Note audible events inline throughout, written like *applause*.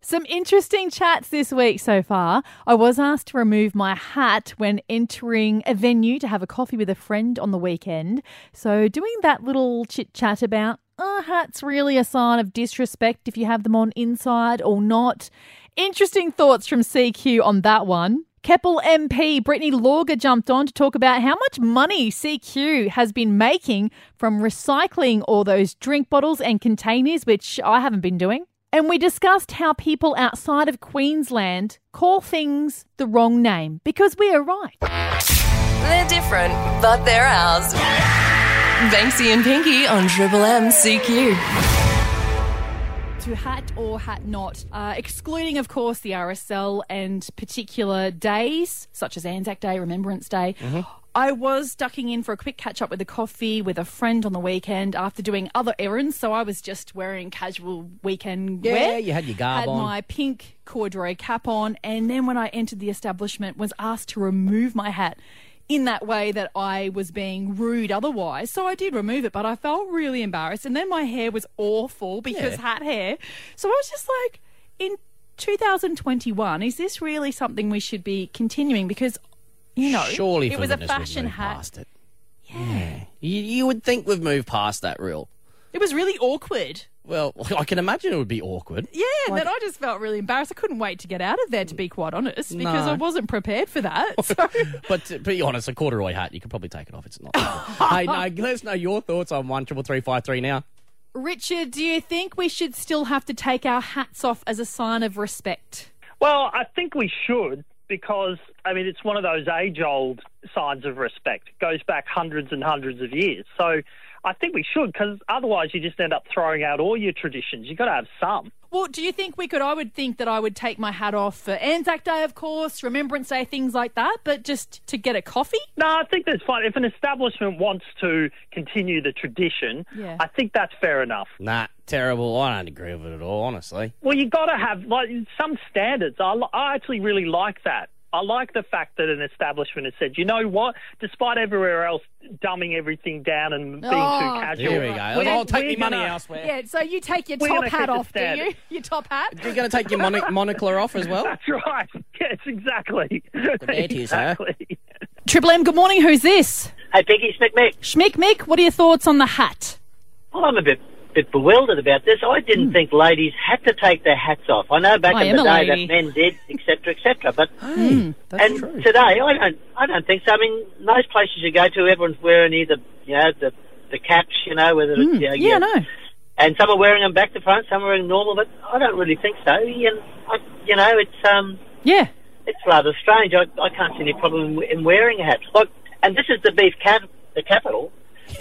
Some interesting chats this week so far. I was asked to remove my hat when entering a venue to have a coffee with a friend on the weekend. So, doing that little chit chat about are hats really a sign of disrespect if you have them on inside or not? Interesting thoughts from CQ on that one. Keppel MP Brittany Lauger jumped on to talk about how much money CQ has been making from recycling all those drink bottles and containers, which I haven't been doing. And we discussed how people outside of Queensland call things the wrong name because we are right. They're different, but they're ours. Banksy and Pinky on Triple M CQ. to hat or hat not, uh, excluding, of course, the RSL and particular days such as Anzac Day, Remembrance Day. I was ducking in for a quick catch up with a coffee with a friend on the weekend after doing other errands, so I was just wearing casual weekend Yeah, wear. you had your garb Had on. my pink corduroy cap on, and then when I entered the establishment, was asked to remove my hat. In that way, that I was being rude otherwise. So I did remove it, but I felt really embarrassed. And then my hair was awful because Yeah. hat hair. So I was just like, in 2021, is this really something we should be continuing? Because, you know, Surely it for was a goodness we've fashion moved hat. Past it. Yeah. You, you would think we've moved past that rule. It was really awkward. Well, *laughs* I can imagine it would be awkward. Yeah, and then I just felt really embarrassed. I couldn't wait to get out of there, to be quite honest, because No. I wasn't prepared for that. So. But to be honest, a corduroy hat, you could probably take it off. It's not. *laughs* hey, no, let us know your thoughts on one triple three five three now. Richard, do you think we should still have to take our hats off as a sign of respect? Well, I think we should because, I mean, it's one of those age old signs of respect. It goes back hundreds and hundreds of years. So I think we should because otherwise you just end up throwing out all your traditions. You've got to have some. Well, do you think we could? I would think that I would take my hat off for Anzac Day, of course, Remembrance Day, things like that, but just to get a coffee? No, I think that's fine. If an establishment wants to continue the tradition, Yeah. I think that's fair enough. Nah, terrible. I don't agree with it at all, honestly. Well, you got to have like some standards. I, li- I actually really like that. I like the fact that an establishment has said, you know what, despite everywhere else dumbing everything down and being Oh, too casual, Here we go. we're- I'll take we're your money gonna- elsewhere. Yeah, so you take your We're top gonna hat keep it off, do you? standard. Your top hat? You're going to take *laughs* your monoc- monocler off as well? *laughs* That's right. Yes, exactly. day to you, sir. *laughs* exactly. Triple M, good morning. Who's this? Hey, Piggy Schmick Schmick Mick, what are your thoughts on the hat? Well, I'm a bit bit bewildered about this. I didn't think ladies had to take their hats off. I know back I in am the a day lady. that men did, etc., etc. But Hmm, That's and today, I don't, I don't think so. I mean, most places you go to, everyone's wearing either you know the the caps, you know, whether it's you know, Hmm. Yeah, no. and some are wearing them back to front, some are wearing normal. But I don't really think so. You I, you know, it's um. Yeah. It's rather strange. I, I can't see any problem in, in wearing a hat. Look, and this is the beef cap, the capital.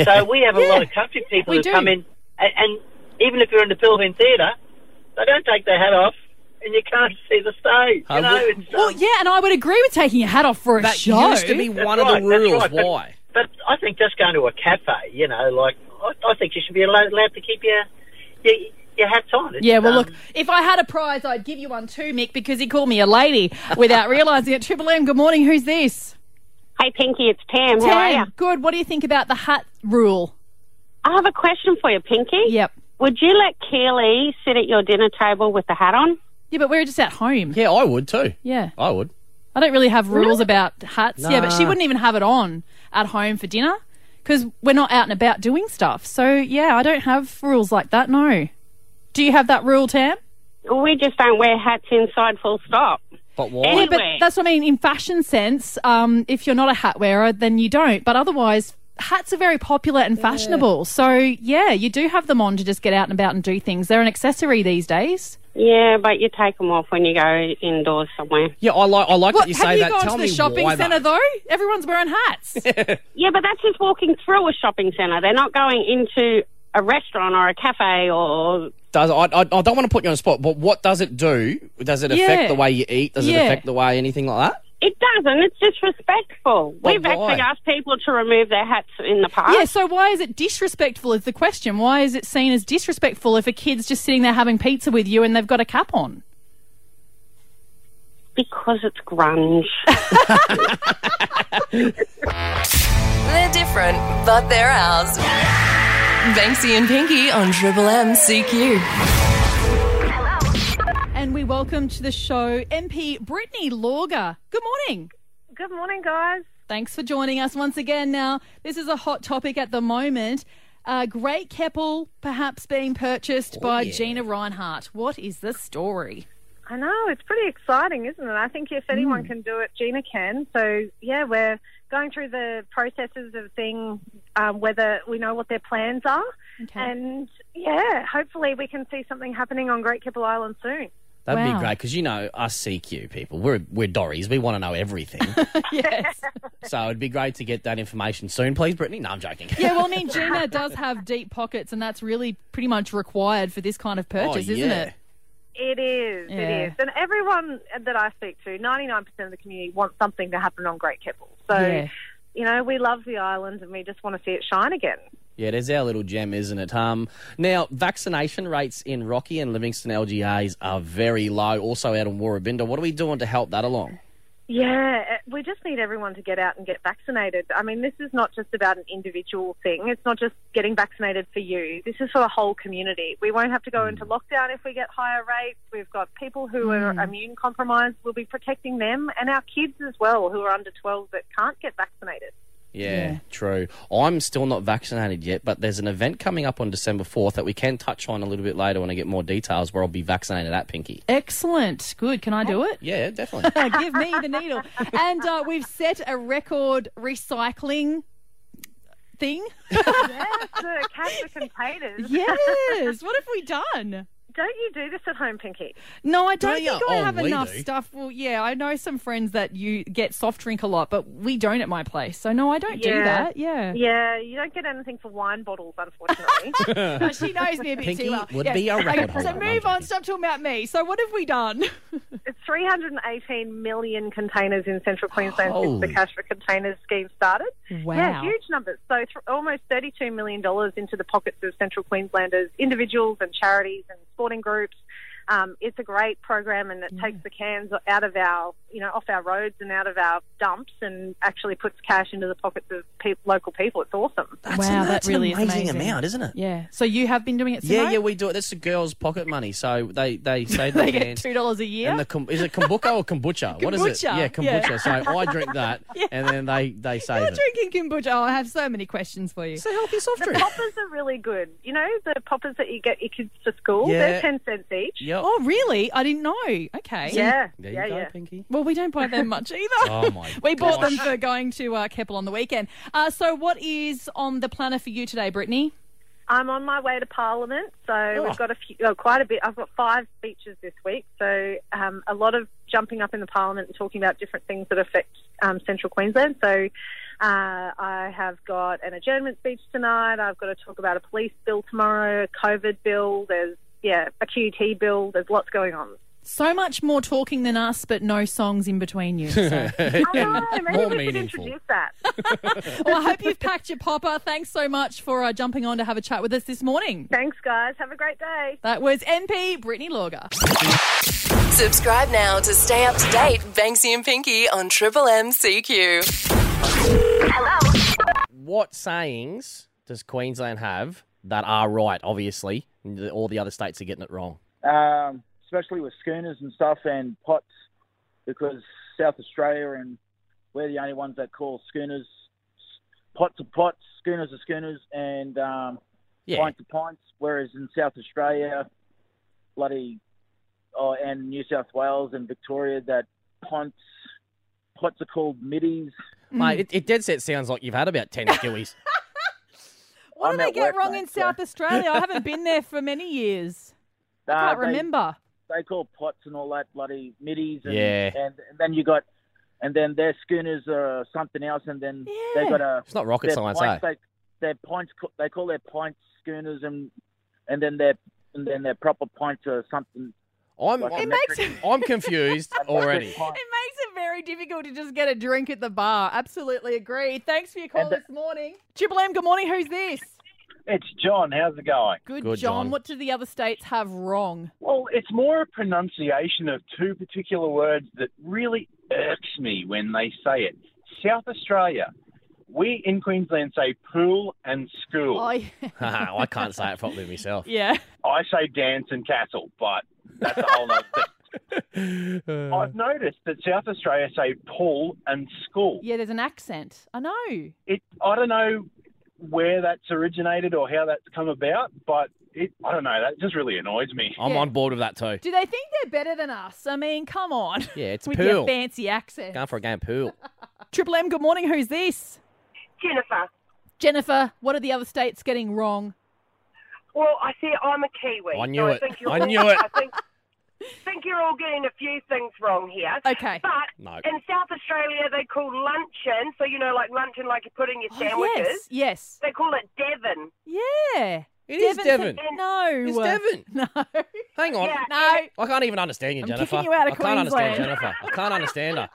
So we have a lot of country people We who do. come in, and, and even if you're in the Philippine theatre, they don't take their hat off, and you can't see the stage. I You know, would- it's, Well, um, yeah, and I would agree with taking your hat off for a That show. used to be that's one of right, the that's rules. right, but- Why? But, I think just going to a cafe, you know, like I, I think you should be allowed, allowed to keep your your, your hats on. It's, Yeah, well, um, look, if I had a prize, I'd give you one too, Mick, because he called me a lady without realising it. Triple M, good morning. Who's this? Hey Pinky, it's Pam. How are you? Tam, good. What do you think about the hat rule? I have a question for you, Pinky. Yep. Would you let Keely sit at your dinner table with the hat on? Yeah, but we're just at home. Yeah, I would too. Yeah. I would. I don't really have rules about hats. Yeah, but she Nah. wouldn't even have it on at home for dinner because we're not out and about doing stuff. So, yeah, I don't have rules like that, no. Do you have that rule, Tam? We just don't wear hats inside. Full stop. But why? Anyway, But that's what I mean. In fashion sense, um, if you're not a hat wearer, then you don't. But otherwise, hats are very popular and fashionable. So yeah, you do have them on to just get out and about and do things. They're an accessory these days. yeah, but you take them off when you go indoors somewhere. Yeah, I like. I like that What you have say you that. gone Tell to me the shopping why, though. centre though? Everyone's wearing *laughs* hats. Yeah, but that's just walking through a shopping centre. They're not going into a restaurant or a cafe or. Does I, I? I don't want to put you on the spot, but what does it do? Does it Yeah. affect the way you eat? Does Yeah. it affect the way anything like that? It doesn't. It's disrespectful. We've why? actually asked people to remove their hats in the past. yeah. So why is it disrespectful? Is the question? Why is it seen as disrespectful if a kid's just sitting there having pizza with you and they've got a cap on? Because it's grunge. They're different, but they're ours. Banksy and Pinky on Triple M CQ. And we welcome to the show MP Brittany Lauger. Good morning. Good morning, guys. Thanks for joining us once again. Now, this is a hot topic at the moment. Uh, Great Keppel perhaps being Oh, purchased by Gina Reinhart. What is the *laughs* story? I know, it's pretty exciting, isn't it? I think if anyone Hmm. can do it, Gina can. So, yeah, we're going through the processes of seeing um, whether we know what their plans are. Okay. And, yeah, hopefully we can see something happening on Great Keppel Island soon. That'd Wow. be great because you know us CQ people, we're we're Dorries. We want to know everything, *laughs* yes. so it'd be great to get that information soon, please, Brittany. No, I'm joking. Yeah, well, I mean, Gina does have deep pockets, and that's really pretty much required for this kind of *laughs* Oh, purchase, isn't yeah. it? It is, Yeah. it is. And everyone that I speak to, 99% of the community wants something to happen on Great Keppel. So, Yeah. you know, we love the island and we just want to see it shine again. Yeah, there's our little gem, isn't it? Um, now, vaccination rates in Rocky and Livingston LGAs are very low, also out in Warrabinda. What are we doing to help that along? Yeah, uh, we just need everyone to get out and get vaccinated. I mean, this is not just about an individual thing. It's not just getting vaccinated for you. This is for the whole community. We won't have to go into lockdown if we get higher rates. We've got people who are immune compromised. We'll be protecting them and our kids as well who are under 12 that can't get vaccinated. Yeah, true. I'm still not vaccinated yet, but there's an event coming up on December 4th that we can touch on a little bit later when I get more details where I'll be vaccinated at Pinky. Excellent. Good. Can I do it? Yeah, definitely. Uh, give me the needle. And uh, we've set a record recycling *laughs* thing. Yes, the cats are containers. Yes. What have we done? Don't you do this at home, Pinky? No, I don't Do ya? think I Oh, have we enough do. stuff. Well, yeah, I know some friends that you get soft drink a lot, but we don't at my place. So no, I don't do Yeah. that. Yeah. *laughs* Yeah, you don't get anything for wine bottles, unfortunately. But she knows me a bit Pinky too well. would be a record Okay, so holder. move I'm on. joking. Stop talking about me. So what have we done? *laughs* It's 318 million containers in central Queensland since Holy. the Cash for Containers scheme started. Wow. Yeah, huge numbers. So th- almost $32 million into the pockets of central Queenslanders, individuals and charities and sporting groups. Um, it's a great program and it takes the cans out of our, you know, off our roads and out of our dumps and actually puts cash into the pockets of pe- local people. It's *laughs* awesome. That's Wow, that that's really an is amazing, amazing. amount, isn't it? Yeah. So you have been doing it. Yeah, Simo? yeah, we do it. That's the girls' pocket money. So they, they say *laughs* They they get two dollars a year. And the com- is it kombucha or kombucha? What is it? Kombucha, Yeah, yeah. kombucha. So I drink that, and then they they save You're it. drinking kombucha. Oh, I have so many questions for you. It's a healthy soft drink. *laughs* Poppers are really good. You know, the poppers that you get your kids to school, Yeah. they're 10 cents each. Yep. Oh, really? I didn't know. Okay. Yeah, There you yeah, go, yeah. Pinky. Well, we don't buy them much either. Oh my We bought them gosh. for going to uh, Keppel on the weekend. Uh, so, what is on the planner for you today, Brittany? I'm on my way to Parliament, so Oh. we've got a few, oh, quite a bit. I've got five speeches this week, so um, a lot of jumping up in the Parliament and talking about different things that affect um, Central Queensland. So uh, I have got an adjournment speech tonight. I've got to talk about a police bill tomorrow, a COVID bill. There's yeah, a QT bill. There's lots going on. So much more talking than us, but no songs in between you. So. I know. Maybe More we should meaningful. introduce that. well, I hope you've packed your popper. Thanks so much for uh, jumping on to have a chat with us this morning. Thanks, guys. Have a great day. That was MP Brittany Lauger. Subscribe now to stay up to date. Banksy and Pinky on Triple M CQ. What sayings does Queensland have that are right? Obviously, The- all the other states are getting it wrong. um, especially with schooners and stuff and pots, because South Australia and we're the only ones that call schooners pots are pots, schooners are schooners, and um, Yeah, pints are pints. Whereas in South Australia, bloody oh, and New South Wales and Victoria, that pints pots are called middies. Mm. mate, it, it dead set sounds like you've had *laughs* about ten skillies. What I'm do they at get work, wrong mate, in so- South Australia? I haven't been there for many *laughs* years. I can't Uh, they- remember. they call pots and all that bloody middies and, Yeah. and, and then you got and then their schooners are something else and then Yeah. they got a It's not rocket their science, eh? pints, they, their pints co- they call their pints schooners and and then their and then their proper pints are something I'm like I'm, a metric, *laughs* I'm confused already. metric pint. It makes it very difficult to just get a drink at the bar. Absolutely agree. Thanks for your call And the- this morning. Triple M, good morning. Who's this? It's John. How's it going? Good, Good, John. John. What do the other states have wrong? Well, it's more a pronunciation of two particular words that really irks me when they say it. South Australia, we in Queensland say pool and school. Oh, yeah. *laughs* Haha, I can't say it properly myself. *laughs* yeah. I say dance and castle, but that's a whole nother thing. *sighs* I've noticed that South Australia say pool and school. Yeah, there's an accent. I know. It I don't know where that's originated or how that's come about, but it I don't know, that just really annoys me. I'm Yeah. on board with that too. Do they think they're better than us? I mean, come on. Yeah, it's With pool. your fancy accent. Going for a game of pool. Triple M, good morning. Who's this? Jennifer. Jennifer, what are the other states getting wrong? Well, I see I'm a Kiwi. I knew so it. I, think you're I *laughs* all, knew it. I think, think you're all getting a few things wrong here. Okay. But No. in South Australia, they call luncheon, so you know, like luncheon, like you put in your Oh, sandwiches. yes, yes. They call it Devon. Yeah. It is Devon. No. It's Devon. *laughs* No. Hang on. Yeah. No. I can't even understand you, I'm Jennifer. kicking you out of I can't understand Queensland. Jennifer. I can't understand *laughs* her.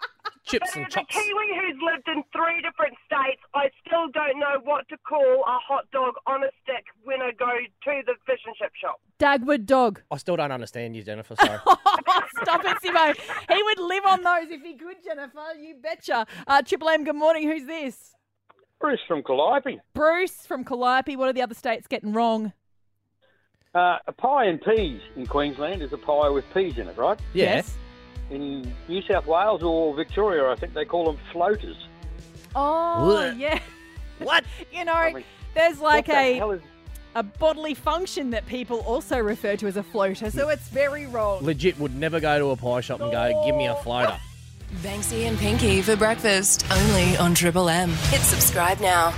Chips But and as a chops. Kiwi who's lived in three different states, I still don't know what to call a hot dog on a stick when I go to the fish and chip shop. Dagwood dog. I still don't understand you, Jennifer. *laughs* Sorry. Stop it, Simo. He would live on those if he could, Jennifer. You betcha. Uh, Triple M, good morning. Who's this? Bruce from Calliope. Bruce from Calliope. What are the other states getting wrong? Uh, a pie and peas in Queensland is a pie with peas in it, right? yeah. In New South Wales or Victoria, I think they call them floaters. Oh, Blech. yeah. What? *laughs* You know, mean, there's like what the a, hell is- a bodily function that people also refer to as a floater, so it's very wrong. Legit would never go to a pie shop and go, give me a floater. Banksy and Pinky for breakfast only on Triple M. Hit subscribe now.